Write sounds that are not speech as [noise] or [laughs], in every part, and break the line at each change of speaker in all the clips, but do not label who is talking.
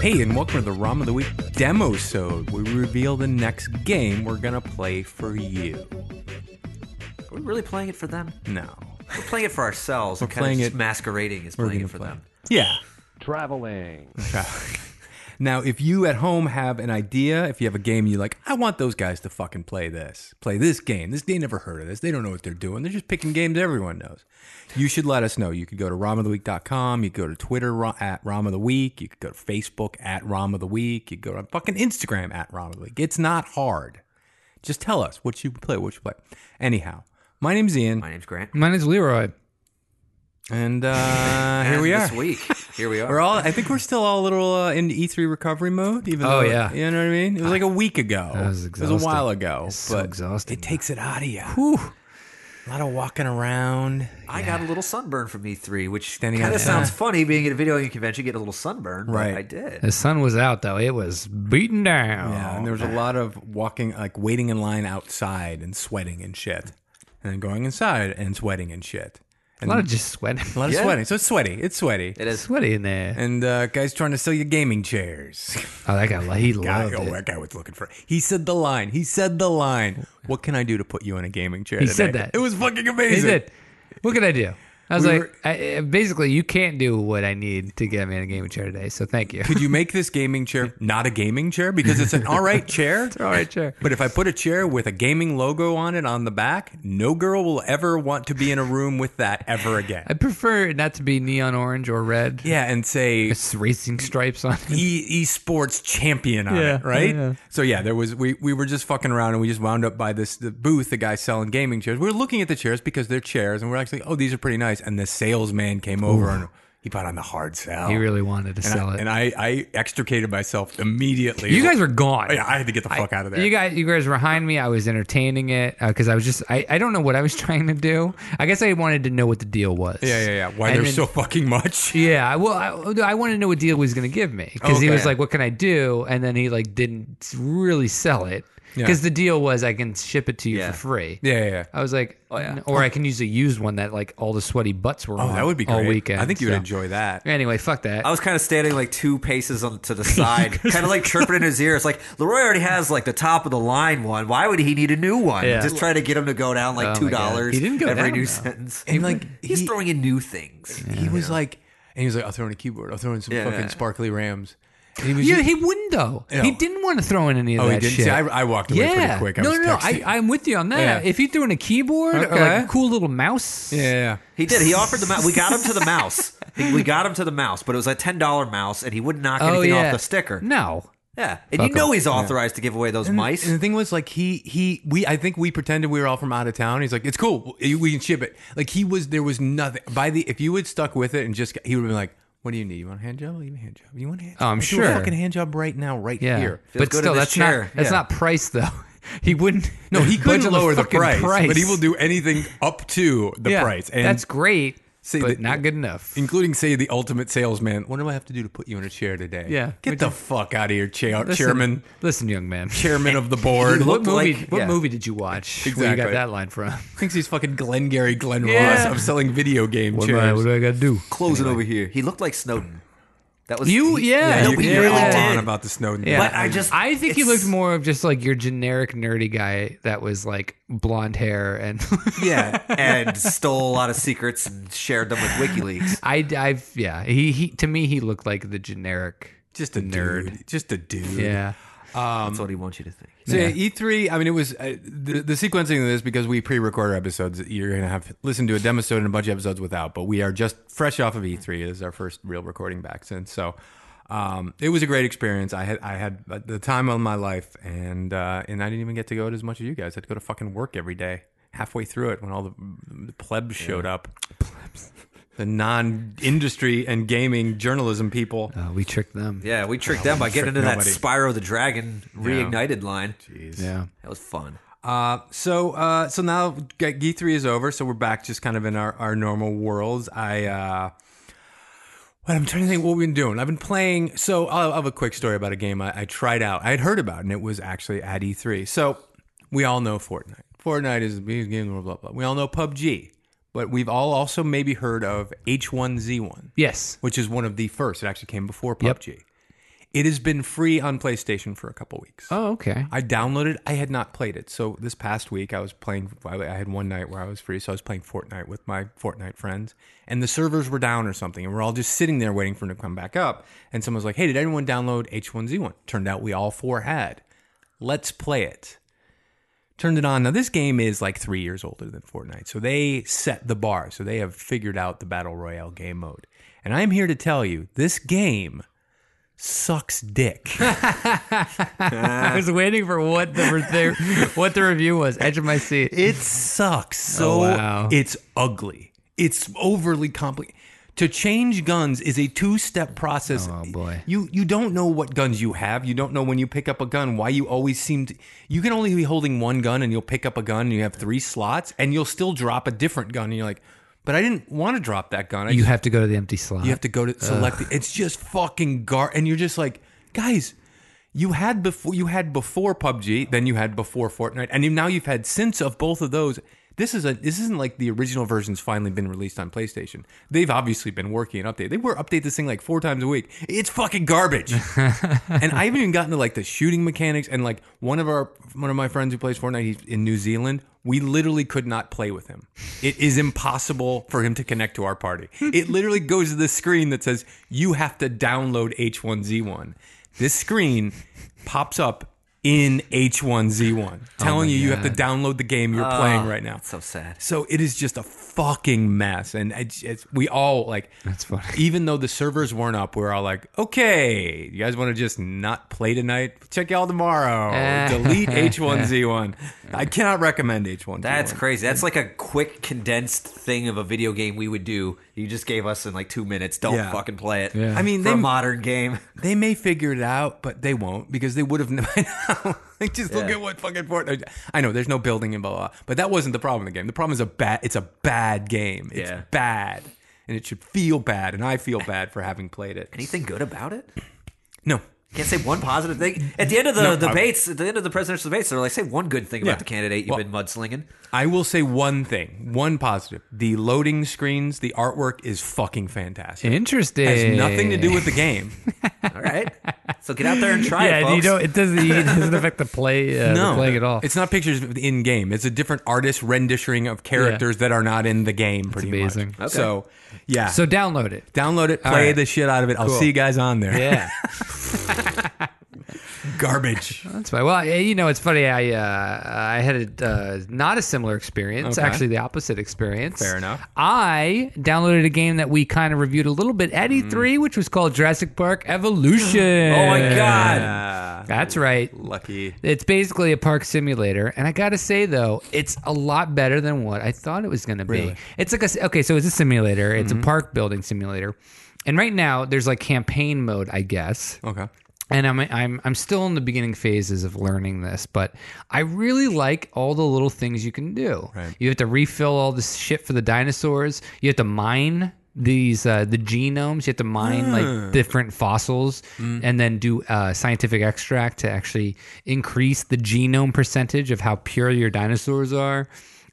Hey, and welcome to the ROM of the Week demo sode. We reveal the next game we're gonna play for you.
Are we really playing it for them?
No,
We're playing it for ourselves. We're
playing
kind of
it-
just masquerading as
we're
playing
gonna
it for
play-
them.
Yeah.
Traveling.
Now, if you at home have an idea, if you have a game you like, I want those guys to fucking play this, play this game. This they never heard of this. They don't know what they're doing. They're just picking games everyone knows. You should let us know. You could go to romoftheweek.com. You could go to Twitter ro- at rom of the week. You could go to Facebook at rom of the week. You could go to fucking Instagram at rom of the week. It's not hard. Just tell us what you play, what you play. Anyhow, my name's Ian,
My name's Grant.
My name's Leroy.
and uh, here
And
we are.
This week,
[laughs]
here we are.
We're all. I think we're still all a little uh, in E3 recovery mode. Even though,
Oh, yeah.
you know what I mean. It was like a week ago.
That was
It was a
exhausting.
while ago.
It's so
but
exhausting,
It
though.
takes it out of you. A lot of walking around.
I got a little sunburn from E3, which kind
Standing
of
out there.
sounds funny being at a video game convention, get a little sunburn. but
Right.
I did.
The sun was out though; it was beaten down.
Yeah, and there was a lot of walking, like waiting in line outside and sweating and shit, and then going inside and sweating and shit.
a lot of
[laughs]
just [laughs] sweating.
A lot of
Yeah.
sweating. So it's sweaty. It's sweaty.
It is.
sweaty in there.
And uh, guys trying to sell you gaming chairs. [laughs]
Oh, that guy, he
Guy,
loved
oh,
it.
that guy was looking for. He said the line. He said the line. What can I do to put you in a gaming chair?
He
today?"
said that.
It was fucking
He
amazing.
did. What could I do? I was
We
like,
were-
I, I- basically, you can't do what I need to get me in a game of chair today. So thank [laughs] you.
Could you make this gaming chair not a gaming chair because
[laughs]
it's an all right chair?
All right, chair.
[laughs] But if I put a chair with a gaming logo on it on the back, no girl will ever want to be in a room with that ever again.
I prefer it not to be neon orange or red.
Yeah, and say
It's racing stripes on it.
e esports champion on
Yeah,
it, right?
yeah, yeah.
So yeah, there was we we were just fucking around and we just wound up by this the booth, the guy selling gaming chairs. We were looking at the chairs because they're chairs, and we're actually, oh, these are pretty nice. And the salesman came over and he bought on the hard sell.
He really wanted to
and
sell
I,
it.
And I, I extricated myself immediately. Oh,
you guys were gone.
yeah, I had to get the fuck out of there.
You guys, you guys were behind me. I was entertaining it because I was just, I, I don't know what I was [laughs] trying to do. I guess I wanted to know what the deal was.
yeah, yeah, yeah. Why
And
there's
then-
so fucking much?
[laughs] Yeah, I- well, I, I wanted to know what deal he was going to give me because he
Okay.
was like, "What can I do?" And then he like didn't really sell it
Yeah.
because the deal was I can ship it to you
Yeah.
for free.
Yeah, yeah, yeah.
I was like, "N- or I can use a used one that like all the sweaty butts were
Oh,
on.
that would be great.
all weekend.
I think you would
so.
enjoy that.
Anyway, fuck that.
I was kind of standing like two paces on,
[laughs]
to the side, kind of like chirping in his ear. It's like Leroy already has like the top of the line one. Why would he need a new one?
Yeah.
Just try to get him to go down like
Oh
two
my God.
dollars.
He didn't go
every
down,
new
though.
sentence.
And, like,
he's
he-
throwing in new things.
He was like, and he was like, I'll throw in a keyboard. I'll throw in some
Yeah.
fucking sparkly Rams. And he was
yeah,
just-
he wouldn't though.
Yeah.
He didn't want to throw in any of
Oh,
that
he didn't.
shit.
See, I, I walked away pretty
yeah,
quick. I
no,
was
no, no.
texting.
I, I'm with you on that.
Yeah.
If he threw in a keyboard or
Okay.
like a cool little mouse,
yeah, yeah,
He did. He offered the mouse. We got him to the mouse. He- we got him to the mouse, but it was a ten dollar mouse, and he wouldn't knock
oh
anything
yeah,
off the sticker.
No,
Yeah, and you
Fuck
know
him.
he's authorized to give away those mice.
And the thing was, like, he he we I think we pretended we were all from out of town. He's like, it's cool, we can ship it. Like he was, there was nothing by the. If you had stuck with it and just, he would have been like, "What do you need? You want a hand job? I'll give you a hand job. You want a hand?
Oh,
job? I'll
I'm
Do a
sure.
fucking hand job right now, right
Yeah,
here.
Feels
but
good in
still,
this
that's
chair.
not that's
Yeah.
not price though. [laughs] He wouldn't.
No, he
[laughs] budge
couldn't
on
lower the,
fucking
price, but he will do anything up to the
Yeah,
price. And
that's great,
See,
but
the-
not good enough.
including say the ultimate salesman. What do I have to do to put you in a chair today?
Yeah.
get
Would
the
you-
fuck out of here, chair,
Listen-
chairman,
listen, young man.
chairman of the board.
[laughs] What
looked
movie?
like-
what
yeah.
movie did you watch? Where you
Exactly.
got that line
[laughs]
from?
thinks he's fucking Glengarry Glen
Yeah.
Ross of selling video game chairs.
do I got to do?
Closing over here. He looked like Snowden. That was
You-
he-
yeah,
I know,
you can
but he
get
really
all
did.
on about the Snowden.
Yeah.
But I just
I think he
it's-
looked more of just like your generic nerdy guy that was like blonde hair and [laughs]
yeah, [laughs] and stole a lot of secrets and shared them with WikiLeaks.
I I've yeah he he to me he looked like the generic
just a nerd,
Nerd.
just a dude.
yeah
That's what he wants you to think.
So yeah, E3, I mean, it was uh, the, the sequencing of this because we pre-record our episodes. You're gonna have listen to a demo episode and a bunch of episodes without, but we are just fresh off of E3. This is our first real recording back since. So um, it was a great experience. I had I had uh, the time of my life, and uh, and I didn't even get to go to as much as you guys. I had to go to fucking work every day. Halfway through it, when all the, the plebs showed up, [laughs] the non-industry and gaming journalism people.
Uh, we tricked them
Yeah, we tricked them by getting into that
nobody.
Spyro the Dragon reignited line.
yeah
That was fun.
Uh, so uh, so now G three is over, so we're back just kind of in our, our normal worlds. I uh, what I'm trying to think what we've been doing. I've been playing. So I'll, I'll have a quick story about a game I, I tried out. I had heard about, and it was actually at E3. So we all know Fortnite. Fortnite is the biggest game in the world. Blah blah. We all know PUBG, but we've all also maybe heard of H1Z1,
yes
which is one of the first. It actually came before
Yep.
PUBG. It has been free on PlayStation for a couple weeks.
Oh, okay.
I downloaded. I had not played it. So this past week, I was playing. I had one night where I was free, so I was playing Fortnite with my Fortnite friends, and the servers were down or something, and we're all just sitting there waiting for them to come back up. And someone's like, "Hey, did anyone download H1Z1?" Turned out we all four had. Let's play it. Turned it on. Now this game is like three years older than Fortnite, so they set the bar. So they have figured out the battle royale game mode. And I am here to tell you, this game sucks dick.
I was waiting for what the re- [laughs] what the review was. Edge of my seat.
It sucks.
[laughs]
So
Oh, wow.
it's ugly. It's overly complicated. To change guns is a two-step process.
Oh, boy.
You you don't know what guns you have. You don't know when you pick up a gun. Why you always seem to you can only be holding one gun and you'll pick up a gun and you have three slots and you'll still drop a different gun and you're like, "But I didn't want to drop that gun. I
You
just
have to go to the empty slot.
you have to go to select. The, it's just fucking gar. And you're just like, guys, you had before you had before PUBG, then you had before Fortnite, and you, now you've had since of both of those. This is a this isn't like the original version's finally been released on PlayStation. They've obviously been working an update. They were update this thing like four times a week. It's fucking garbage. [laughs] and I haven't even gotten to like the shooting mechanics and like one of our one of my friends who plays Fortnite he's in New Zealand. We literally could not play with him. It is impossible for him to connect to our party. It literally goes to the screen that says you have to download H1Z1. This screen pops up in H1Z1 telling you you have to download the game you're playing right now.
So sad.
So it is just a fucking mess, and it's, it's we all like.
That's funny.
Even though the servers weren't up, we are all like, "Okay, you guys want to just not play tonight? Check y'all tomorrow. Delete H1Z1. I cannot recommend H1Z1.
That's crazy. That's like a quick condensed thing of a video game we would do. You just gave us in like two minutes. Don't
Yeah.
fucking play it.
Yeah.
I mean,
for
they-
a modern game.
they may figure it out, but they won't because they [laughs] would have known by now. like, just look
Yeah.
at what fucking Fortnite. I know there's no building and blah blah, blah, but that wasn't the problem in the game. The problem is a bad. It's a bad game. It's
Yeah.
bad, and it should feel bad, and I feel bad for having played it.
Anything good about it?
No.
Can't say one positive thing. At the end of the
No, I-
debates, at the end of the presidential debates, they're like, say one good thing
Yeah.
about the candidate you've
Well-
been mudslinging.
I will say one thing, one positive. The loading screens, the artwork is fucking fantastic.
Interesting.
It has nothing to do with the
[laughs]
game.
All right. so get out there and try it,
Yeah,
folks.
you don't. It doesn't. It doesn't affect the play. Uh,
No.
the playing at all.
It's not pictures in game. It's a different artist rendering of characters that are not in the game pretty
amazing.
much. So, yeah.
so download it.
download it, play
right.
the shit out of it. I'll
Cool.
see you guys on there.
Yeah.
[laughs]
[laughs]
Garbage.
That's fine. Well, I- you know, it's funny. I uh, I had a, uh, not a similar experience.
Okay.
Actually, the opposite experience.
Fair enough.
I downloaded a game that we kind of reviewed a little bit at E3,
Mm.
which was called Jurassic Park Evolution.
Oh my god.
Ah,
That's right.
lucky.
It's basically a park simulator, and I gotta say though, it's a lot better than what I thought it was gonna be.
Really? Mm-hmm.
It's like a okay, so it's a simulator. It's a park building simulator, and right now there's like campaign mode, I guess
Okay.
and I'm I'm I'm still in the beginning phases of learning this, but I really like all the little things you can do.
Right.
You have to refill all this shit for the dinosaurs. You have to mine these uh, the genomes. You have to mine like different fossils, and then do uh, scientific extract to actually increase the genome percentage of how pure your dinosaurs are.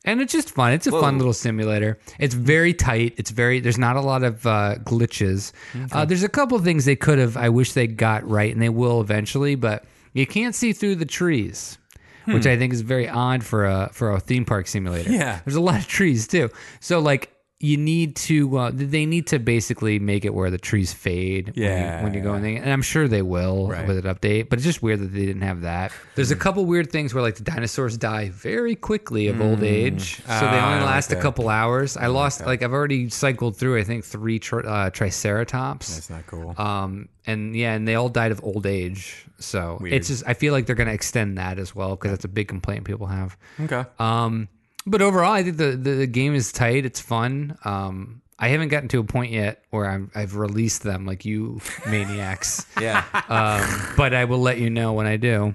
And it's just fun. It's a fun little simulator. It's very tight. It's very. There's not a lot of uh, glitches. Uh, there's a couple of things they could have. I wish they got right, and they will eventually. But you can't see through the trees, which I think is very odd for a for a theme park simulator.
Yeah.
there's a lot of trees too. So like. You need to. Uh, they need to basically make it where the trees fade when you-
Yeah,
when you go in there. and I'm sure they will
Right.
with an update. But it's just weird that they didn't have that. There's a couple weird things where like the dinosaurs die very quickly of old age, Uh, so they
Ah, I
only
don't like
last
that.
a couple hours. I lost like I've already cycled through I think three tr- uh, triceratops.
That's not cool.
Um and yeah, and they all died of old age. So
Weird.
it's just I feel like they're going to extend that as well because that's a big complaint people have.
okay.
Um, but overall, I think the, the, the game is tight. It's fun. Um, I haven't gotten to a point yet where I'm, I've released them like you maniacs.
Yeah.
um, but I will let you know when I do.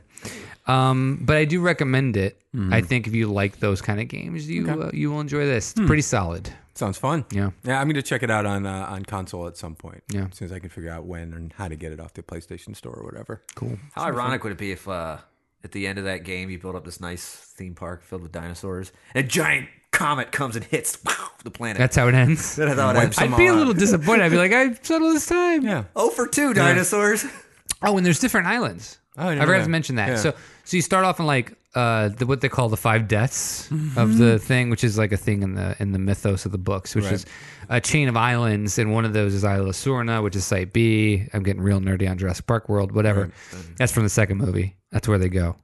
Um, but I do recommend it. I think if you like those kind of games, you uh, you will enjoy this. It's pretty solid.
Sounds fun.
Yeah.
Yeah, I'm going to check it out on uh, on console at some point.
Yeah.
As soon as I can figure out when and how to get it off the PlayStation Store or whatever.
Cool.
How ironic would it be if uh, at the end of that game you build up this nice theme park filled with dinosaurs and a giant comet comes and hits [laughs] the planet?
That's how it ends.
I thought I'd
I'd be a little disappointed. I'd be like, I settled this time.
Yeah.
oh for two dinosaurs.
Oh, and there's different islands.
Oh, I didn't
I
know
forgot
that.
to mention that.
Yeah.
So, so you start off in like uh, the, what they call the five deaths of
Mm-hmm.
the thing, which is like a thing in the in the mythos of the books, which is a chain of islands, and one of those is Isla Surna, which is Site B. I'm getting real nerdy on Jurassic Park World, whatever. That's from the second movie. That's where they go.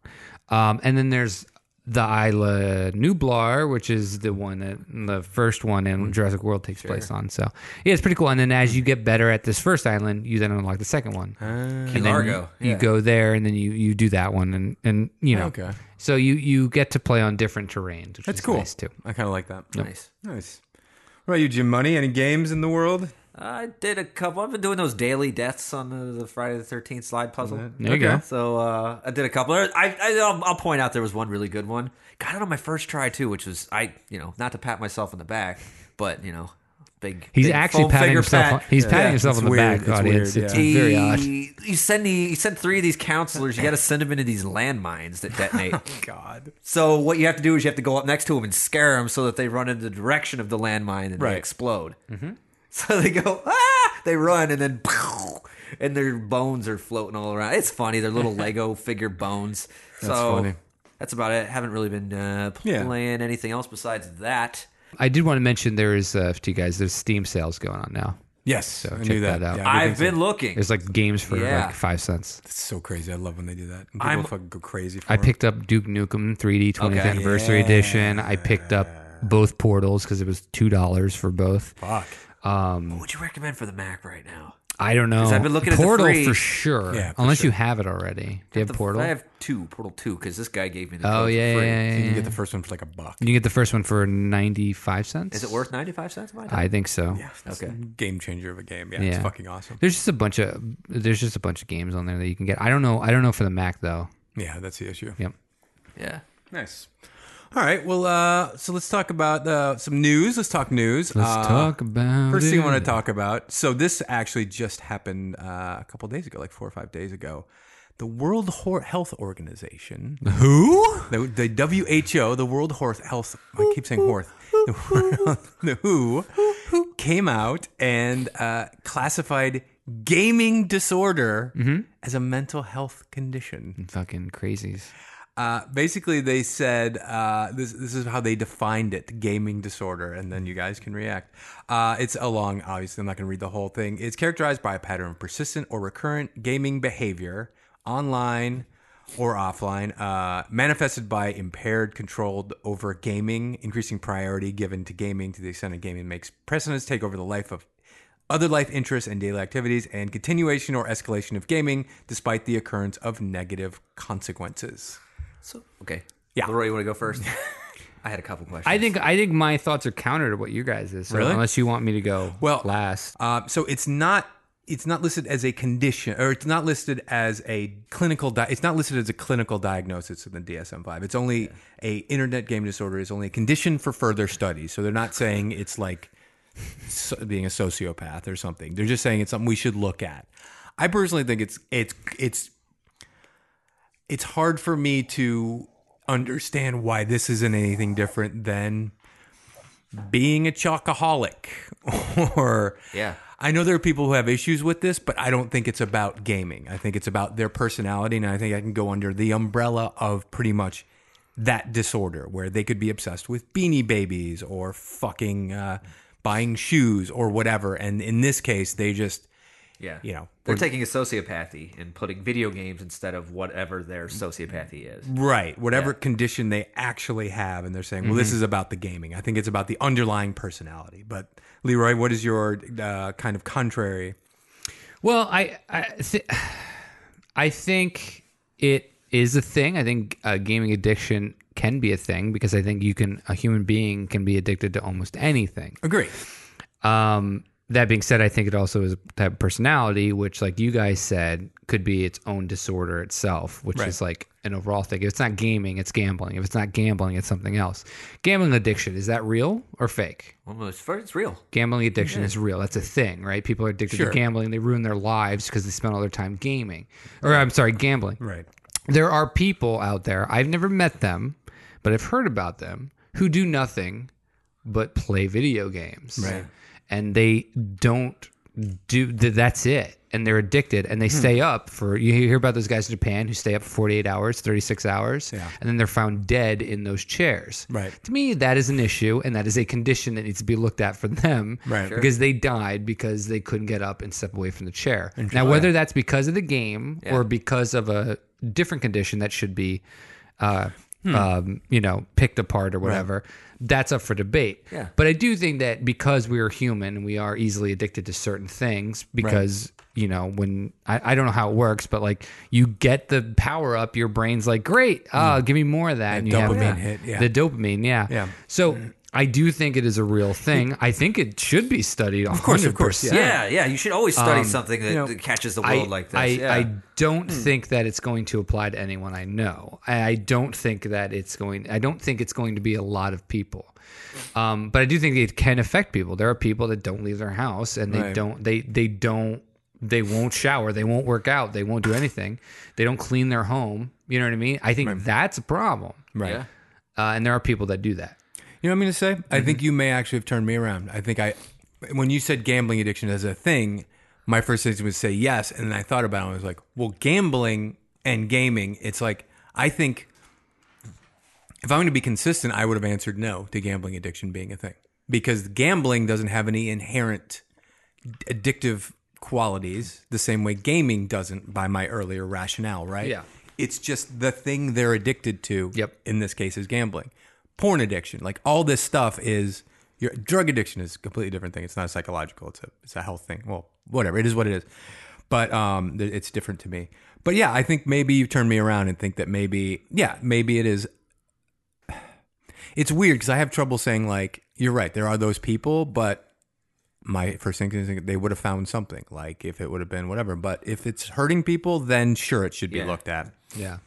Um, and then there's the Isla Nublar, which is the one that the first one
Mm-hmm.
in Jurassic World takes place on. So, yeah, it's pretty cool. And then as you get better at this first island, you then unlock the second one
Ah.
Key Largo.
you go there and then you you do that one and and you know
Okay.
so you you get to play on different terrains which
That's
is
cool.
nice too
I kind of like that.
Nice.
Nice. What about you, Jim Money? Any games in the world?
I did a couple. I've been doing those daily deaths on the, the Friday the Thirteenth slide puzzle.
There you go.
So uh, I did a couple. I, I I'll, I'll point out there was one really good one. Got it on my first try too, which was I you know not to pat myself on the back, but you know big.
he's
big
actually
full
patting
finger
himself
pat.
on, he's patting
Yeah,
himself
it's
on the
weird.
back
It's
audience
weird,
it's
yeah.
very odd
He- You send the, you send three of these counselors. You got to send them into these landmines that detonate.
[laughs]
God.
so what you have to do is you have to go up next to them and scare them so that they run in the direction of the landmine and
Right.
they explode. Mm-hmm. So they go ah, they run and then [laughs] pow, and their bones are floating all around. It's funny. They're little Lego figure bones. so
funny.
that's about it. Haven't really been uh,
Yeah.
playing anything else besides that.
i did want to mention there is uh to you guys there's steam sales going on now
Yes. I
check
knew that.
that out.
Yeah,
I've
everything's-
been looking.
there's like games for
Yeah.
like five cents
It's so crazy. I love when they do that. And People
I'm-
fucking go crazy for
i
it.
picked up duke nukem 3d 20th
Okay.
anniversary edition i picked up both portals because it was two dollars for both
Fuck.
What would you recommend for the Mac right now?
i don't know
I've been looking at the
portal
free-
for sure
Yeah, for
unless
sure.
you have it already do you have
The-
portal
I have two Portal two because this guy gave me the.
oh
code for
yeah,
free.
yeah, yeah,
You
yeah.
can get the first one for like a buck.
You can get the first one for 95 cents.
Is it worth ninety five cents? Am I
I think so.
That's
Okay.
a game changer of a game. Yeah, It's
Yeah.
fucking awesome.
There's just a bunch of there's just a bunch of games on there that you can get. I don't know. I don't know for the Mac though.
Yeah, that's the issue.
Yep.
Yeah.
Nice. All right. Well, uh, so let's talk about uh, some news. Let's talk news.
Let's
Uh,
talk about
First thing I
it.
want to talk about. So this actually just happened uh, a couple days ago, like four or five days ago. The World Hor- Health Organization,
Who?
the, the WHO, the World Horth Health. I keep saying Horth. The, world, [laughs] the WHO came out and uh, classified gaming disorder
Mm-hmm.
as a mental health condition.
Fucking crazies.
Uh, basically, they said uh, this, this is how they defined it gaming disorder, and then you guys can react. Uh, it's a long, obviously, I'm not going to read the whole thing. It's characterized by a pattern of persistent or recurrent gaming behavior, online or offline, uh, manifested by impaired control over gaming, increasing priority given to gaming to the extent that gaming makes precedence take over the life of other life interests and daily activities, and continuation or escalation of gaming despite the occurrence of negative consequences.
So okay.
Yeah.
Leroy, you want to go first? I had a couple questions.
I think I think my thoughts are counter to what you guys is. So
Really?
Unless you want me to go
Well-
last.
Uh, so it's not it's not listed as a condition, or it's not listed as a clinical. Di- it's not listed as a clinical diagnosis in the DSM five. It's only a internet game disorder is only a condition for further study. So they're not saying it's like so, being a sociopath or something. They're just saying it's something we should look at. I personally think it's it's it's it's hard for me to understand why this isn't anything different than being a chocoholic [laughs] or
Yeah.
I know there are people who have issues with this, but I don't think it's about gaming. I think it's about their personality, and I think I can go under the umbrella of pretty much that disorder where they could be obsessed with beanie babies or fucking uh, buying shoes or whatever. And in this case, they just
Yeah.
you know,
they're taking a sociopathy and putting video games instead of whatever their sociopathy is.
Right. Whatever condition they actually have. And they're saying, well, this is about the gaming. I think it's about the underlying personality. But Leroy, what is your uh, kind of contrary?
Well, I I, th- [sighs] I think it is a thing. I think uh, gaming addiction can be a thing because I think you can a human being can be addicted to almost anything.
Agree.
Um, that being said, I think it also is a type of personality, which, like you guys said, could be its own disorder itself, which is like an overall thing. If it's not gaming, it's gambling. If it's not gambling, it's something else. Gambling addiction is that real or fake?
Almost for it's real.
Gambling addiction is real. That's a thing, right? People are addicted
Sure.
to gambling. They ruin their lives because they spend all their time gaming, or I'm sorry, gambling
Right.
there are people out there i've never met them but i've heard about them who do nothing but play video games
Right.
and they don't do th- that's it and they're addicted and
Hmm.
they stay up for you hear about those guys in japan who stay up for 48 hours 36 hours
Yeah.
and then they're found dead in those chairs
Right.
to me that is an issue and that is a condition that needs to be looked at for them
Right. Sure.
because they died because they couldn't get up and step away from the chair now whether that's because of the game or because of a different condition that should be uh,
Hmm.
um, you know picked apart or whatever that's up for debate
Yeah.
but I do think that because we are human and we are easily addicted to certain things, because you know, when I, I don't know how it works, but like you get the power up, your brain's like, great, uh, give me more of that. and you have
Hmm. dopamine
that.
hit, yeah.
The dopamine, yeah.
Yeah.
So I do think it is a real thing. I think it should be studied. Of
course, of course, yeah.
Yeah, yeah. You should always study something that,
you know,
that catches the
I,
world like this.
I,
yeah.
I don't
Hmm.
think that it's going to apply to anyone I know. I, I don't think that it's going. I don't think it's going to be a lot of people. Um, but I do think it can affect people. There are people that don't leave their house and they
Right.
don't. They they don't. They won't shower. They won't work out. They won't do anything. They don't clean their home. You know what I mean? I think that's a problem.
Right.
Yeah.
Uh, and there are people that do that.
You know what I'm going to say? I think you may actually have turned me around. I think I, when you said gambling addiction as a thing, my first instinct was say yes, and then I thought about it. and I was like, well, gambling and gaming. It's like I think if I'm going to be consistent, I would have answered no to gambling addiction being a thing because gambling doesn't have any inherent addictive qualities the same way gaming doesn't by my earlier rationale, right?
Yeah.
It's just the thing they're addicted to.
Yep.
In this case is gambling. Porn addiction, like all this stuff is your drug addiction is a completely different thing. It's not psychological. It's a it's a health thing. Well, whatever. It is what it is. But um th- it's different to me. But yeah, I think maybe you turned me around and think that maybe yeah, maybe it is [sighs] it's weird because I have trouble saying like you're right. There are those people, but my first instinct is they would have found something. Like if it would have been whatever. But if it's hurting people, then sure it should be
Yeah.
looked at.
Yeah.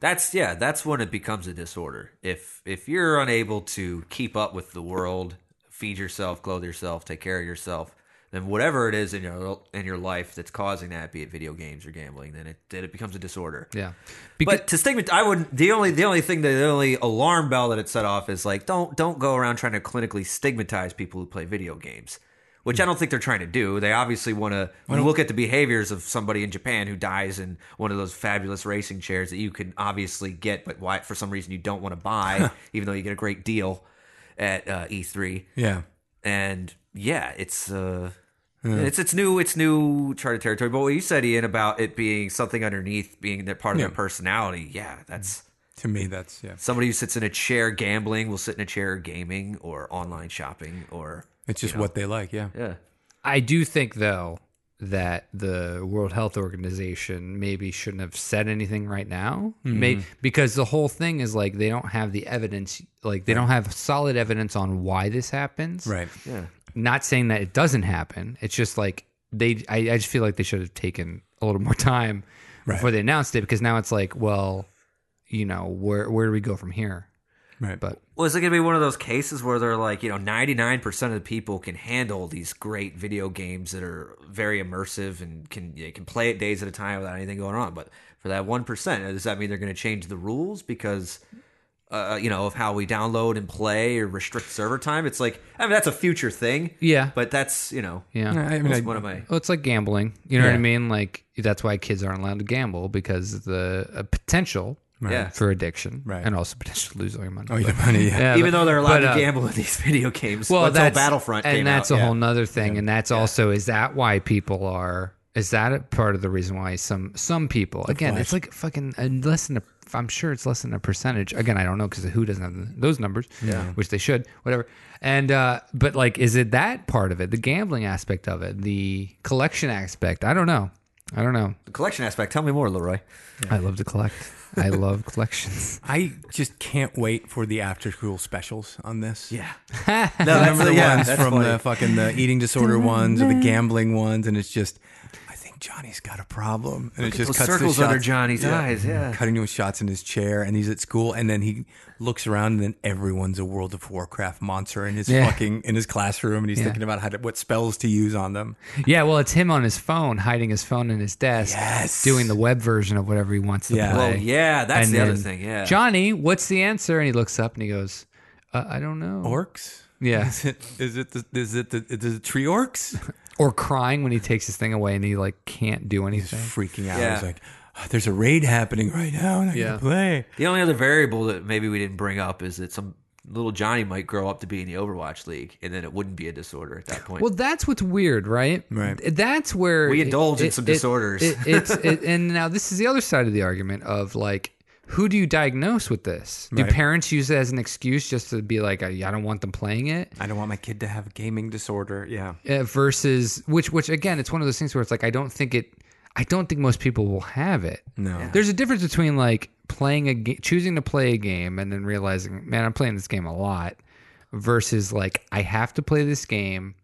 That's yeah, that's when it becomes a disorder. If if you're unable to keep up with the world, feed yourself, clothe yourself, take care of yourself, then whatever it is in your in your life that's causing that, be it video games or gambling, then it then it becomes a disorder.
Yeah.
But to stigmatize, I would the only the only thing that the only alarm bell that it set off is like don't don't go around trying to clinically stigmatize people who play video games, which I don't think they're trying to do. They obviously want to look at the behaviors of somebody in Japan who dies in one of those fabulous racing chairs that you can obviously get, but why for some reason you don't want to buy, even though you get a great deal at uh, E3
Yeah.
and yeah, it's uh, it's it's new, it's new charted territory. But what you said, Ian, about it being something underneath, being that part of
Yeah.
their personality, yeah, that's
To me, that's yeah.
somebody who sits in a chair gambling will sit in a chair gaming or online shopping or
It's just what they like. Yeah.
yeah,
I do think though that the World Health Organization maybe shouldn't have said anything right now,
Mm-hmm.
May because the whole thing is like they don't have the evidence, like they don't have solid evidence on why this happens.
Right.
yeah,
Not saying that it doesn't happen. It's just like they. I, I just feel like they should have taken a little more time
Right.
before they announced it because now it's like, well, you know, where where do we go from here?
Right.
But
Well, is it going to be one of those cases where they're like, you know, 99% of the people can handle these great video games that are very immersive and can they can play it days at a time without anything going on? But for that 1%, does that mean they're going to change the rules because, uh, you know, of how we download and play or restrict server time? It's like, I mean, that's a future thing.
Yeah.
But that's, you know,
yeah,
I mean,
that's
I-
one of my.
Well, it's like gambling. You know what
Yeah.
I mean? Like that's why kids aren't allowed to gamble because the uh, potential
Yeah.
for addiction,
Right.
and also potential losing their money.
oh, yeah, money. Yeah.
Yeah,
Even
but-
though they're allowed
but, uh,
to gamble in these [laughs] video games,
[laughs] well,
until
that's
Battlefront
and
came
that's
out.
a whole nother thing. And that's also is that why people are is that a part of the reason why some some people again it's like fucking uh, less than a I'm sure it's less than a percentage. Again, I don't know because who doesn't have those numbers, yeah. which they should, whatever. And uh, but like, is it that part of it, the gambling aspect of it, the collection aspect? I don't know. I don't know.
The collection aspect. Tell me more, Leroy.
I love to collect. [laughs] I love collections.
I just can't wait for the after school specials on this.
[laughs]
Yeah. no, that's
Remember the
[laughs] yeah,
ones
that's
from
funny.
the fucking the eating disorder ones or the gambling ones, and it's just, I think Johnny's got a problem, and it just
Those
cuts to
circles under
shots-
Johnny's eyes. Yeah.
cutting him shots in his chair and he's at school and then he looks around and then everyone's a World of Warcraft monster in his
Yeah.
fucking in his classroom and he's
Yeah.
thinking about how to, what spells to use on them.
Yeah, well, it's him on his phone, hiding his phone in his desk,
Yes.
doing the web version of whatever he wants to
Yeah.
play.
Well, yeah, that's
And
the other
then,
thing. Yeah.
Johnny, what's the answer? And he looks up and he goes, uh, I don't know.
Orcs?
Yeah.
Is it is it the, is it the, is it tree orcs?
Or crying when he takes his thing away and he like can't do
[laughs]
anything.
[laughs] freaking out.
Yeah.
He's like, "Ah, there's a raid happening right now, and I
Yeah.
gotta play.
The only other variable that maybe we didn't bring up is that some little Johnny might grow up to be in the Overwatch League, and then it wouldn't be a disorder at that point.
Well, that's what's weird, right?
Right.
That's where
We indulge in some disorders.
It,
[laughs]
it's it, and now this is the other side of the argument of like, who do you diagnose with this? Do
Right.
parents use it as an excuse just to be like, I, I don't want them playing it?
I don't want my kid to have a gaming disorder. Yeah.
Uh, versus which, which again, it's one of those things where it's like I don't think it. I don't think most people will have it.
No. Yeah.
There's a difference between like playing a game, choosing to play a game, and then realizing, man, I'm playing this game a lot, versus like I have to play this game,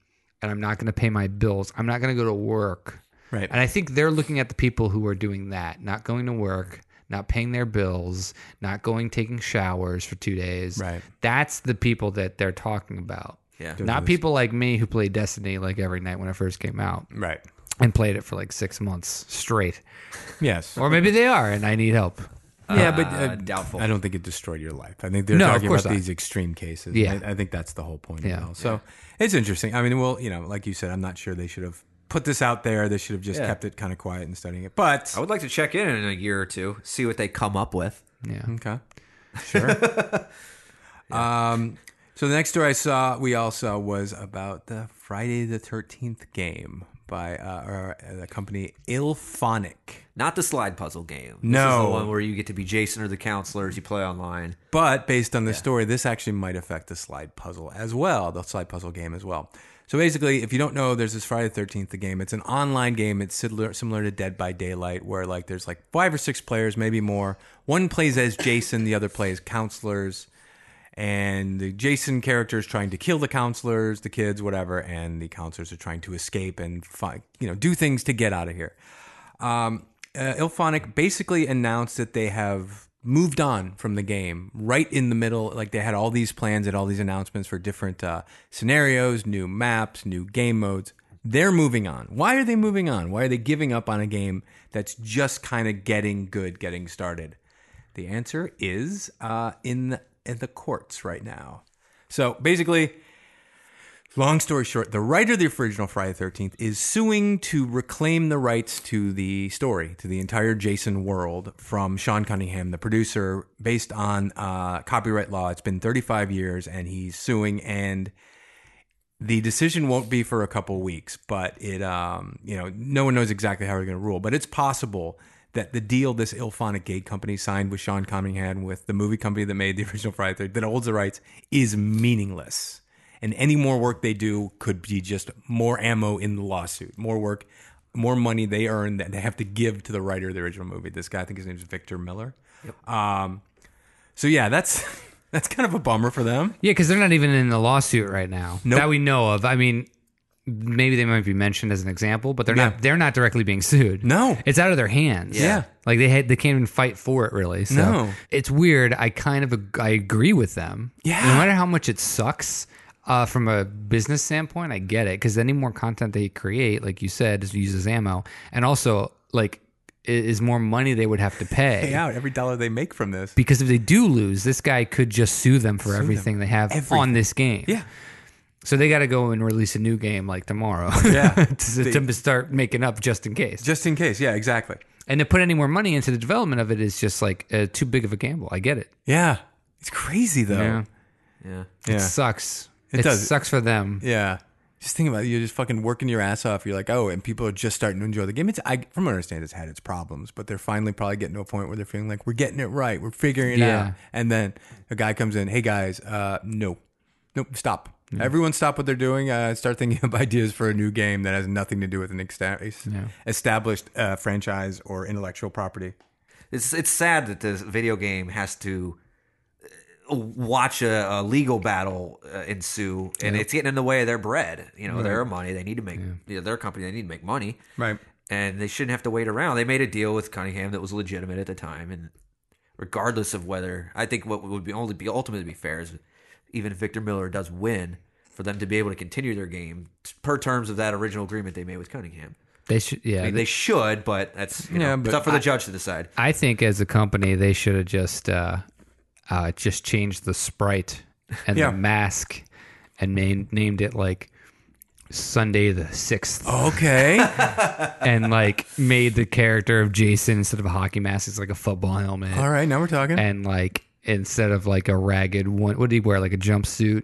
and I'm not going to pay my bills. I'm not going to go to work.
Right.
And I think they're looking at the people who are doing that, not going to work, not paying their bills, not going taking showers for two days.
Right.
That's the people that they're talking about.
Yeah.
Not people like me who played Destiny like every night when it first came out
Right.
and played it for like six months straight.
Yes.
Or maybe they are and I need help.
yeah, but
Uh, doubtful.
I don't think it destroyed your life. I think they're
No, of
talking
course
about
not.
these extreme cases.
Yeah.
I, I think that's the whole point.
Yeah.
Yeah. So it's interesting. I mean, well, you know, like you said, I'm not sure they should have put this out there. They should have just
Yeah.
kept it kind of quiet and studying it. But
I would like to check in in a year or two, see what they come up with.
Yeah.
Okay. [laughs] Sure. um, so the next story I saw, we all saw, was about the Friday the 13th game by uh, or, uh, the company Ilphonic.
Not the slide puzzle game. This is
No.
the one where you get to be Jason or the counselors. You play online.
But based on the story, this actually might affect the slide puzzle as well, the slide puzzle game as well. So basically, if you don't know, there's this Friday the 13th the game. It's an online game. It's similar, similar to Dead by Daylight, where like there's like five or six players, maybe more. One plays as Jason, the other plays counselors. and the Jason character is trying to kill the counselors, the kids, whatever, and the counselors are trying to escape and fi- you know do things to get out of here. Um, uh, Ilphonic basically announced that they have moved on from the game right in the middle. Like they had all these plans and all these announcements for different uh, scenarios, new maps, new game modes. They're moving on. Why are they moving on? Why are they giving up on a game that's just kind of getting good, getting started? The answer is uh, in the, in the courts right now. So basically, long story short, the writer of the original Friday the 13th is suing to reclaim the rights to the story, to the entire Jason world from Sean Cunningham, the producer, based on uh, copyright law. It's been 35 years, and he's suing and the decision won't be for a couple weeks, but it, um, you know, no one knows exactly how they're going to rule. But it's possible that the deal this Ilphonic Gate company signed with Sean Cunningham, with the movie company that made the [laughs] original Friday the 13th, that holds the rights, is meaningless. And any more work they do could be just more ammo in the lawsuit, more work, more money they earn that they have to give to the writer of the original movie. This guy, I think his name is Victor Miller. Um, so yeah, that's [laughs] that's kind of a bummer for them.
Yeah, because they're not even in the lawsuit right now that we know of. I mean, maybe they might be mentioned as an example, but they're
Yeah.
not. They're not directly being sued.
No.
it's out of their hands.
Yeah.
like they had, they can't even fight for it really. So
No.
it's weird. I kind of ag- I agree with them.
Yeah.
no matter how much it sucks. Uh, from a business standpoint, I get it because any more content they create, like you said, is uses ammo, and also like i- is more money they would have to
[laughs]
pay.
Pay out every dollar they make from this.
Because if they do lose, this guy could just sue them for everything they have on this game.
Yeah.
So they got to go and release a new game like tomorrow.
Yeah.
[laughs] to, to start making up just in case.
Just in case. Yeah, exactly.
And to put any more money into the development of it is just like uh, too big of a gamble. I get it.
Yeah. It's crazy though.
Yeah.
Yeah.
Yeah.
Yeah.
Sucks. It,
does.
sucks for them.
Just think about it. You're just fucking working your ass off. You're like, oh, and people are just starting to enjoy the game. It's I from what I understand it's had its problems, but they're finally probably getting to a point where they're feeling like we're getting it right. We're figuring it
Yeah.
out. And then a guy comes in, hey guys, uh, no. Nope, stop. Everyone stop what they're doing. Uh, start thinking [laughs] of ideas for a new game that has nothing to do with an esta- established uh, franchise or intellectual property.
It's it's sad that this video game has to uh, watch a, a legal battle uh, ensue, and it's getting in the way of their bread. You know, their money. They need to make you know, their company. They need to make money,
Right.
and they shouldn't have to wait around. They made a deal with Cunningham that was legitimate at the time, and regardless of whether I think what would be only be ultimately be fair is even if Victor Miller does win. For them to be able to continue their game t- per terms of that original agreement they made with Cunningham,
They should. Yeah.
I mean, they should, but that's you know,
Yeah, but
stuff for the judge to decide.
I think as a company, they should have just uh, uh, just changed the sprite and
Yeah.
the mask and name, named it like Sunday the sixth, [laughs]
Okay.
and like made the character of Jason instead of a hockey mask, it's like a football helmet,
All right. Now we're talking.
and like instead of like a ragged one, what did he wear? Like a jumpsuit.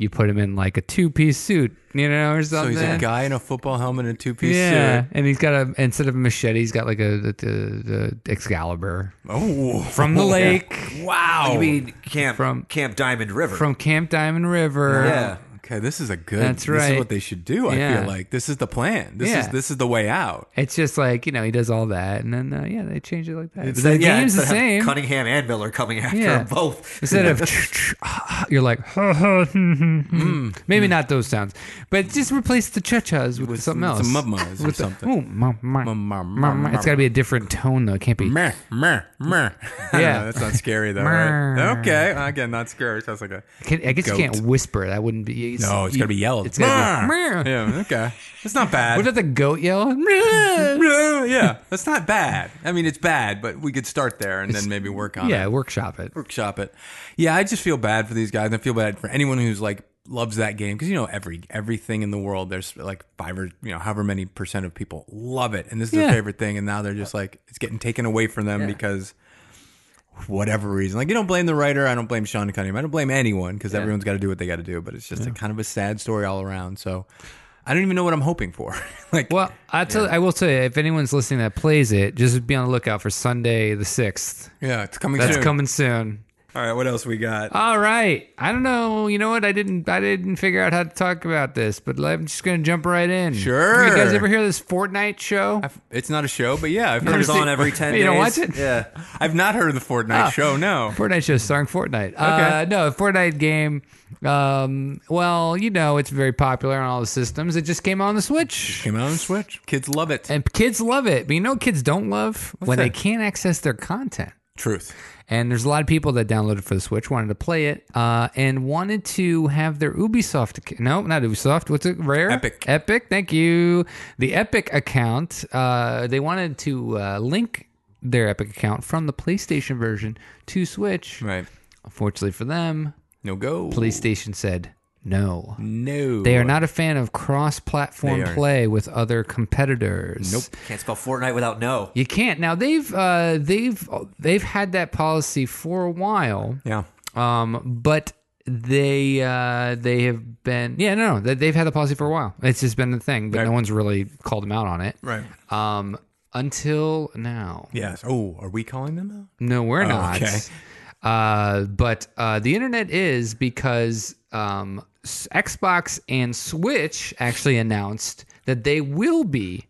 You put him in like a two piece suit, you know, or
so
something.
Oh, he's a guy in a football helmet and a two piece
yeah,
suit.
and he's got a instead of a machete, he's got like a the, the, the Excalibur
Oh,
from the lake,
Wow.
You mean Camp
Oh. From-
Camp Diamond River?
from Camp Diamond River.
yeah.
Okay, this is a good.
That's
This is
right.
what they should do. I
Yeah.
feel like this is the plan. This is
Yeah.
this is the way out.
It's just like you know he does all that, and then uh, yeah, they change it like that.
It's
But the
like-
yeah,
game's the
instead of
same.
Cunningham and Miller coming after
Yeah.
them both.
[laughs] Instead of ah, you're like hmm, maybe not those sounds, but just replace the cha-chas with,
Mm, With
something
some- some
else,
mummas or
With the-
something.
ooh, mum, mum,
Mum, mum,
mum,
mum,
It's got to be a different tone though. It can't be.
Meh, meh, meh. [laughs]
Yeah.
that's not scary though.
Meh.
right? Okay, again, not scary. Sounds like a
Can, I guess you
Goat.
can't whisper. That wouldn't be.
no. It's gotta be yelled.
It's gotta be-
Meh.
Meh.
Yeah. Okay. It's not bad.
What about the goat yell?
[laughs] yeah, that's not bad. I mean, it's bad, but we could start there and then maybe work on it.
yeah, workshop it.
workshop it. Yeah, I just feel bad for these guys. And I feel bad for anyone who's like loves that game because you know every everything in the world. There's like five or you know however many percent of people love it, and this is their
Yeah.
favorite thing. And now they're just like it's getting taken away from them because whatever reason. Like you don't blame the writer. I don't blame Sean Cunningham. I don't blame anyone because everyone's got to do what they got to do. But it's just a kind of a sad story all around. So I don't even know what I'm hoping for. [laughs] like
Well, I tell I will tell you if anyone's listening that plays it, just be on the lookout for Sunday the sixth.
yeah, it's coming
That's
soon.
coming soon.
all right, what else we got?
All right. I don't know. You know what? I didn't. I didn't figure out how to talk about this, but I'm just gonna jump right in.
Sure.
You guys ever hear this Fortnite show?
it's not a show, but yeah, I've
comes
heard
on every
[laughs]
ten.
You don't
days.
watch it?
Yeah. Ah.
I've not heard of the Fortnite show. No.
Fortnite show starring Fortnite. Uh, no, a Fortnite game. Um, well, you know, it's very popular on all the systems. It just came on the Switch.
Came out on Switch. Kids love it.
And kids love it. But you know what kids don't love? when they
that?
can't access their content.
Truth.
And there's a lot of people that downloaded for the Switch, wanted to play it, uh, and wanted to have their Ubisoft. ac- No, not Ubisoft. What's it? Rare.
Epic.
Epic. Thank you. The Epic account. Uh, they wanted to uh, link their Epic account from the PlayStation version to Switch.
Right.
Unfortunately for them,
No go.
PlayStation said no.
No.
They are not a fan of cross-platform
They are-
play with other competitors. Nope.
[laughs] Can't spell Fortnite without no.
You can't. Now they've uh, they've they've had that policy for a while.
Yeah.
Um, but they uh, they have been yeah no no they- they've had the policy for a while. It's just been the thing, but no one's really called them out on it.
Right.
Um, until now.
Yes. Oh, are we calling them out?
No, we're not.
okay.
Uh, but uh, the internet is because um, S- Xbox and Switch actually announced that they will be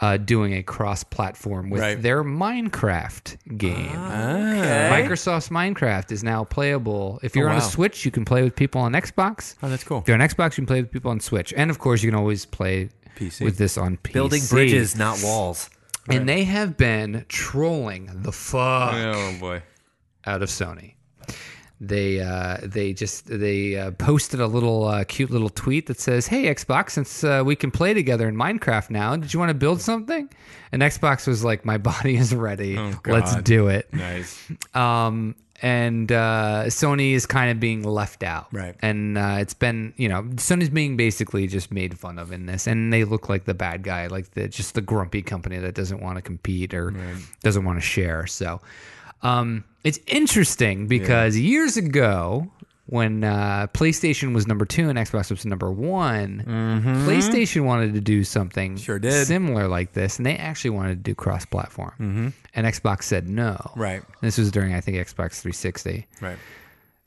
uh, doing a cross-platform with
Right.
their Minecraft game.
Ah.
Microsoft's Minecraft is now playable. If you're on
wow.
a Switch, you can play with people on Xbox.
Oh, that's cool.
If you're on Xbox, you can play with people on Switch, and of course, you can always play
PC.
with this on PC.
Building bridges, not walls.
and they have been trolling the fuck
Oh boy.
out of Sony. They uh, they just they uh, posted a little uh, cute little tweet that says, "Hey Xbox, since uh, we can play together in Minecraft now, did you want to build something?" And Xbox was like, "My body is ready. Let's
God.
do it."
Nice.
Um, and uh, Sony is kind of being left out,
Right.
And uh, it's been you know Sony's being basically just made fun of in this, and they look like the bad guy, like the just the grumpy company that doesn't want to compete or doesn't want to share. So um, it's interesting because years ago. When uh, PlayStation was number two and Xbox was number one, PlayStation wanted to do something
Mm-hmm. Sure did.
similar like this, and they actually wanted to do cross-platform, and Xbox said no.
Mm-hmm. Right.
This was during, I think, Xbox 360.
Right.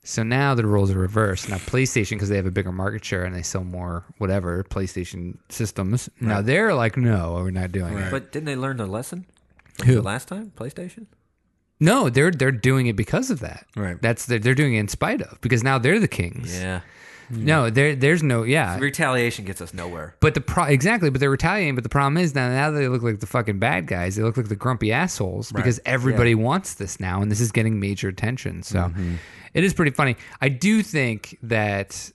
So now the roles are reversed. Now PlayStation, because they have a bigger market share and they sell more whatever PlayStation systems. Now they're like, no, we're not doing it.
But didn't they learn their lesson?
Who?
The last time? PlayStation?
No, they're they're doing it because of that.
Right.
That's they're, they're doing it in spite of because now they're the kings.
Yeah.
No, there there's no yeah.
Retaliation gets us nowhere.
But the pro- exactly, but they're retaliating. But the problem is now, now they look like the fucking bad guys. They look like the grumpy assholes because everybody wants this now, and this is getting major attention. So
Mm-hmm.
it is pretty funny. I do think that.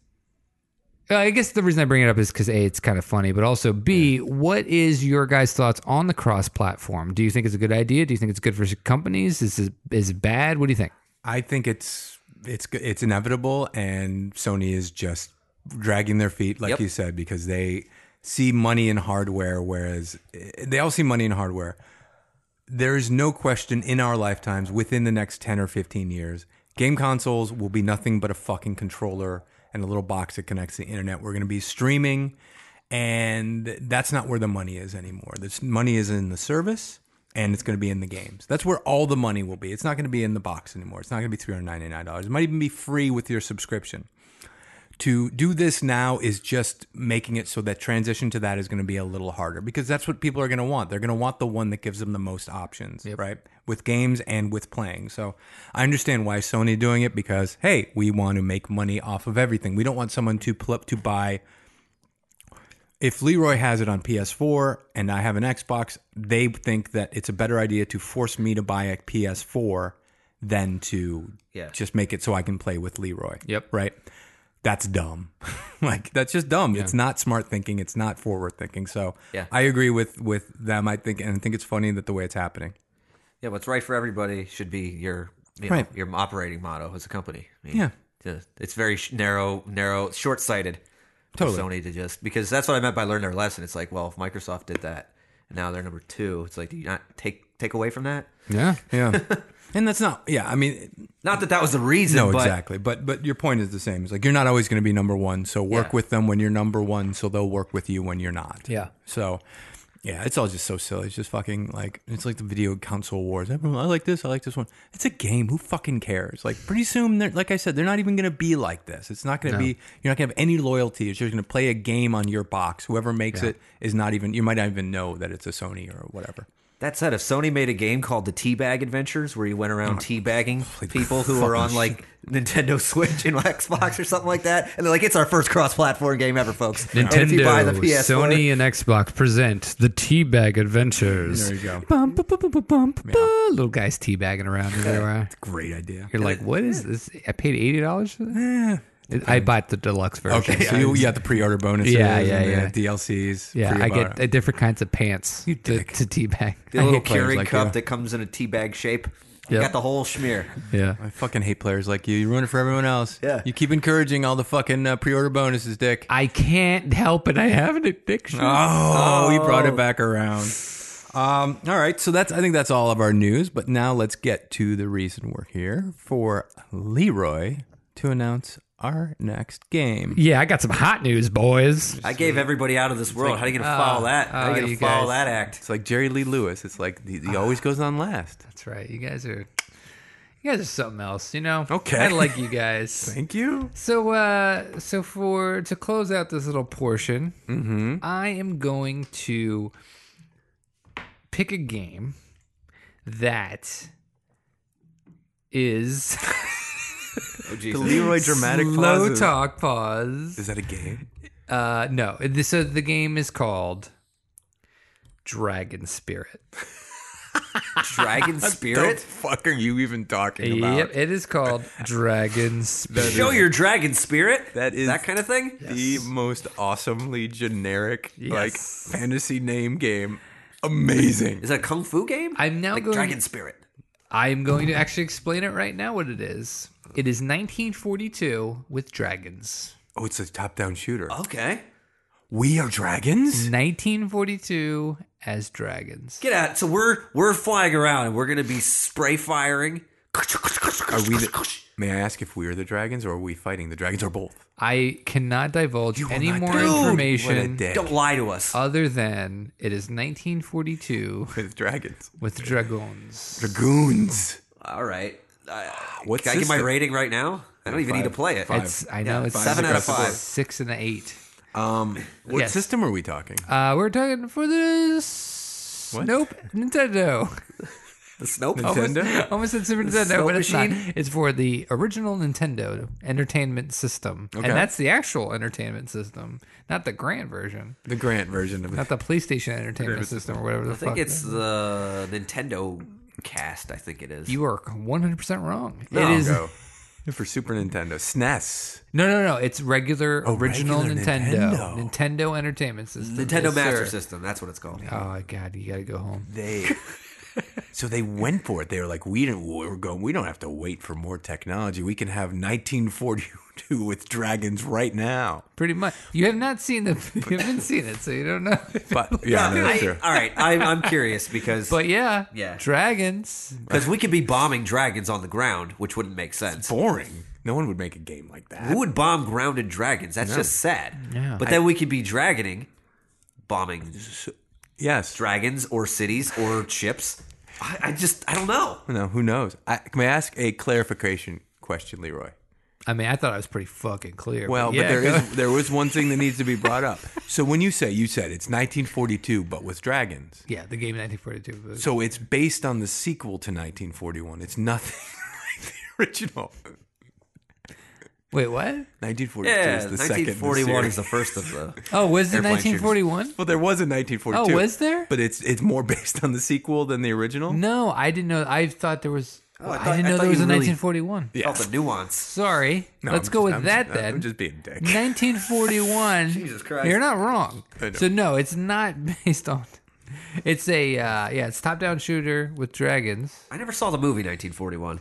uh, I guess the reason I bring it up is because a, it's kind of funny, but also b, what is your guys' thoughts on the cross-platform? Do you think it's a good idea? Do you think it's good for companies? Is it is it bad? What do you think?
I think it's it's it's inevitable, and Sony is just dragging their feet, like
Yep.
you said, because they see money in hardware, whereas eh, they all see money in hardware. There is no question in our lifetimes, within the next 10 or 15 years, game consoles will be nothing but a fucking controller and a little box that connects to the internet. We're going to be streaming, and that's not where the money is anymore. This money is in the service. And it's going to be in the games. That's where all the money will be. It's not going to be in the box anymore. It's not going to be three hundred ninety nine dollars. It might even be free with your subscription to do this now is just making it so that transition to that is going to be a little harder because that's what people are going to want. They're going to want the one that gives them the most options, right? With games and with playing. So I understand why Sony doing it because hey, we want to make money off of everything. We don't want someone to pull up to buy if Leroy has it on PS4 and I have an Xbox, they think that it's a better idea to force me to buy a PS4 than to
Yeah.
just make it so I can play with Leroy.
Yep.
Right? That's dumb. [laughs] like that's just dumb. It's not smart thinking. It's not forward thinking. So
Yeah.
I agree with with them. I think and I think it's funny that the way it's happening.
Yeah, what's right for everybody should be your you
Right.
know, your operating motto as a company. I mean,
Yeah.
to- it's very sh- narrow, narrow, short sighted.
Totally.
Sony to just because that's what I meant by learn their lesson. It's like, well, if Microsoft did that, and now they're number two. It's like, do you not take take away from that?
Yeah.
Yeah. and that's not yeah, I mean
Not that that was the reason.
No,
but
exactly. But but your point is the same. It's like you're not always going to be number one. So work
Yeah.
with them when you're number one, so they'll work with you when you're not.
Yeah.
So yeah, it's all just so silly. It's just fucking like it's like the video console wars. Everyone, I like this. I like this one. It's a game. Who fucking cares? Like pretty soon, they're, like I said, they're not even going to be like this. It's not going to be. You're not going to have any loyalty. It's just going to play a game on your box. Whoever makes it is not even. You might not even know that it's a Sony or whatever.
That said, if Sony made a game called the Teabag Adventures, where you went
Oh,
around teabagging people who were on like Nintendo Switch and [laughs] Xbox or something like that, and they're like, "It's our first cross-platform game ever, folks." And if you buy the
Nintendo,
PS4
Sony, and Xbox present the Teabag Adventures.
There you go.
Bump, bump, bump, bump, bump, bump, bump. Little guy's teabagging around everywhere.
Great idea.
You're like, what is this? I paid eighty dollars for that. I bought the deluxe version.
Okay, so you, you got the pre-order bonuses,
Yeah, yeah,
and the
yeah.
DLCs.
yeah, I
pre-order.
get uh, different kinds of pants
You
to,
dick.
to teabag.
The little
hate players
Keurig
like
cup
you.
that comes in a teabag shape. You
Yep.
got the whole schmear.
Yeah,
I fucking hate players like you. You ruin it for everyone else.
Yeah.
You keep encouraging all the fucking uh, pre-order bonuses, Dick.
I can't help it. I have an addiction.
Oh, we brought it back around. Um, all right, so that's I think that's all of our news. But now let's get to the reason we're here for Leroy to announce our next game.
yeah, I got some hot news, boys.
I gave everybody out of this world. How are you gonna follow that? How
oh,
are you gonna
you
follow
guys.
that act?
It's like Jerry Lee Lewis. It's like he, he always goes on last.
That's right. You guys are, you guys are something else. You know.
Okay.
I like
[laughs]
you guys.
Thank you.
So, uh, so for to close out this little portion, I am going to pick a game that is [laughs]
Oh,
The
Jesus.
Leroy dramatic
slow
pauses.
talk pause.
Is that a game?
Uh, no, This- so the game is called Dragon Spirit.
[laughs] Dragon
What the
spirit.
fuck are you even talking about?
Yep, it is called Dragon Spirit.
Show your dragon spirit.
That is-
that kind of thing.
the most awesomely generic like
Yes.
fantasy name game. Amazing.
Is that a kung fu game?
I'm now
like
going-
dragon spirit.
I'm going to actually explain it right now. What it is? It is 1942 with dragons.
Oh, it's a top-down shooter.
Okay,
We are dragons.
1942 as dragons.
get out. So we're we're flying around and we're gonna be spray firing.
Are we? The, may I ask if we are the dragons, or are we fighting the dragons, or both?
I cannot divulge
will
any
not
more
divulge. What a
information
dick.
Don't lie to us.
other than it is 1942
with dragons,
with dragons.
dragoons.
All right. Uh,
What's
can I get my
system?
rating right now? I don't even need to play it.
It's I know
Yeah,
it's
seven
out of five.
six and an eight.
Um, what
Yes.
system are we talking?
Uh, we're talking for this.
What?
Nope, Nintendo. [laughs]
The snow.
Nintendo.
Almost said Super Nintendo,
Soap
but it's not.
machine?
It's for the original Nintendo Entertainment System,
Okay.
and that's the actual Entertainment System, not the Grand version,
The Grant version of [laughs] it.
not the PlayStation Entertainment System or whatever the
I think
fuck.
it's the Nintendo cast. I think it is.
You are 100% wrong.
There
it
we
is
go. for Super Nintendo, E SNES.
No, no, no. It's regular original
Oh, regular
Nintendo. Nintendo. Entertainment System.
Nintendo
Yes,
Master
sir.
System. That's what it's called.
[laughs] Oh god, you got to go home.
They So they went for it. They were like, we didn't. We're going. We don't have to wait for more technology. We can have 1942 [laughs] with dragons right now.
Pretty much. You have not seen the. [laughs] You haven't seen it, so you don't know. [laughs]
But yeah, no, that's
I-
true.
all right, I'm, I'm curious because
But yeah,
Yeah.
dragons.
because we could be bombing dragons on the ground, which wouldn't make sense.
Boring. No one would make a game like that.
Who would bomb grounded dragons? That's just sad.
Yeah.
But then we could be dragoning, bombing
Yes.
dragons or cities or ships. I, I just I don't know.
no. Who knows? I, can I ask a clarification question, Leroy?
I mean, I thought I was pretty fucking clear.
Well,
yeah,
but there
go-
is there was one thing that needs to be brought up. So when you say you said it's 1942, but with dragons.
[laughs] Yeah, the game 1942. was- [laughs]
So it's based on the sequel to 1941. It's nothing [laughs] like the original.
Wait, what?
1942
Yeah,
is the second. in the
1941 is
series.
the
[laughs]
first of the.
Oh, was it
Airplane
1941?
Well, there was a 1942.
Oh, was there?
But it's it's more [laughs] based on the sequel than the original.
No, I didn't know. I thought there was.
Oh,
I,
I thought-
didn't
I
know
thought
there was
you
a
really-
1941.
Yeah.
Felt the nuance.
Sorry.
No,
Let's
I'm
go
just-
with
I'm
that
just-
then.
I'm just being a dick.
[laughs]
1941.
Jesus Christ.
You're not wrong.
I know.
So no, it's not [laughs] based on. It's a uh, yeah, it's top-down shooter with dragons.
I never saw the movie 1941.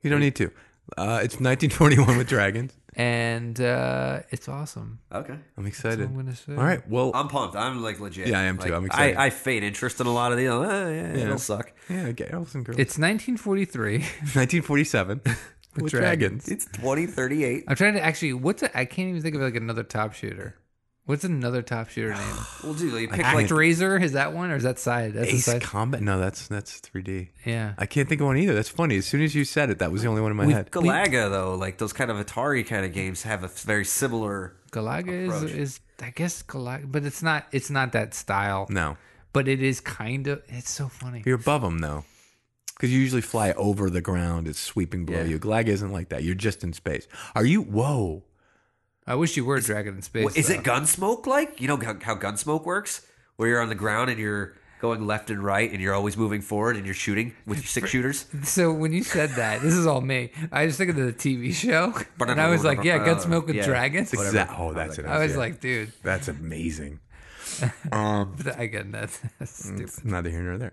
You don't need to. Uh, it's 1941 with dragons.
and uh, it's awesome.
Okay.
I'm excited.
I'm gonna say.
All right. Well,
I'm pumped. I'm like legit.
Yeah, I am too.
Like,
I'm excited.
I, I fade interest in a lot of the. Uh, yeah, It'll suck.
yeah, okay. Elson Girl.
It's 1943.
1947 with dragons.
It's 2038.
[laughs] I'm trying to actually. What's a, I can't even think of like another top shooter. What's another
[sighs]
top shooter name?
We'll do. You pick like
Act Razor is that one or is that side? That's the
Ace
side.
Combat. No, that's that's 3D.
Yeah.
I can't think of one either. That's funny. As soon as you said it, that was the only one in my head.
Galaga though. Like those kind of Atari kind of games have a very similar.
Galaga is,
Approach.
is I guess Galaga, but it's not. It's not that style.
No,
But it is kind of. It's so funny.
you're above them though, because you usually fly over the ground. It's sweeping below
Yeah.
you. Glag isn't like that. You're just in space. Are you? Whoa.
I wish you were Dragon in Space.
Well, is
though.
it Gunsmoke like? You know how, how Gunsmoke works, where you're on the ground and you're going left and right, and you're always moving forward, and you're shooting with your six shooters.
So when you said that, this is all me. I was thinking of the TV show, and I was like, "Yeah, Gunsmoke with
Yeah.
dragons."
Is that- oh, that's it.
I was
Yeah.
like, "Dude,
that's [laughs] amazing. Um, Hmm.
I get that. That's stupid."
neither here nor there.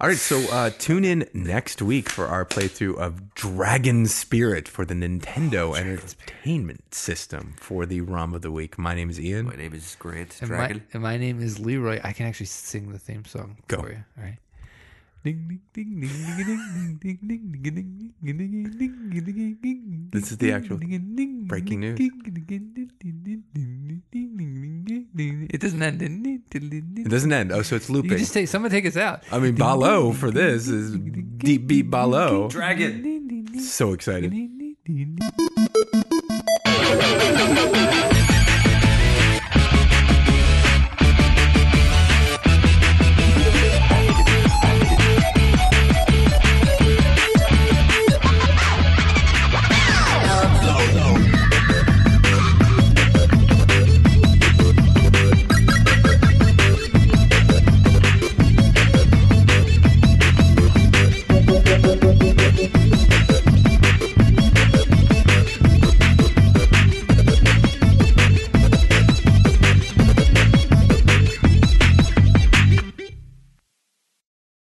All right, so uh, tune in next week for our playthrough of Dragon Spirit for the Nintendo Entertainment System for the ROM of the week. My name is Ian.
My name is Grant
And
Dragon.
My, and my name is Leroy. I can actually sing the theme song
Go.
for you. All right.
This is the actual breaking news.
It doesn't end.
It doesn't end. Oh, so it's
You
looping.
just take someone take us out.
I mean, Balo for this [laughs] is deep beat Balo.
Dragon.
So excited.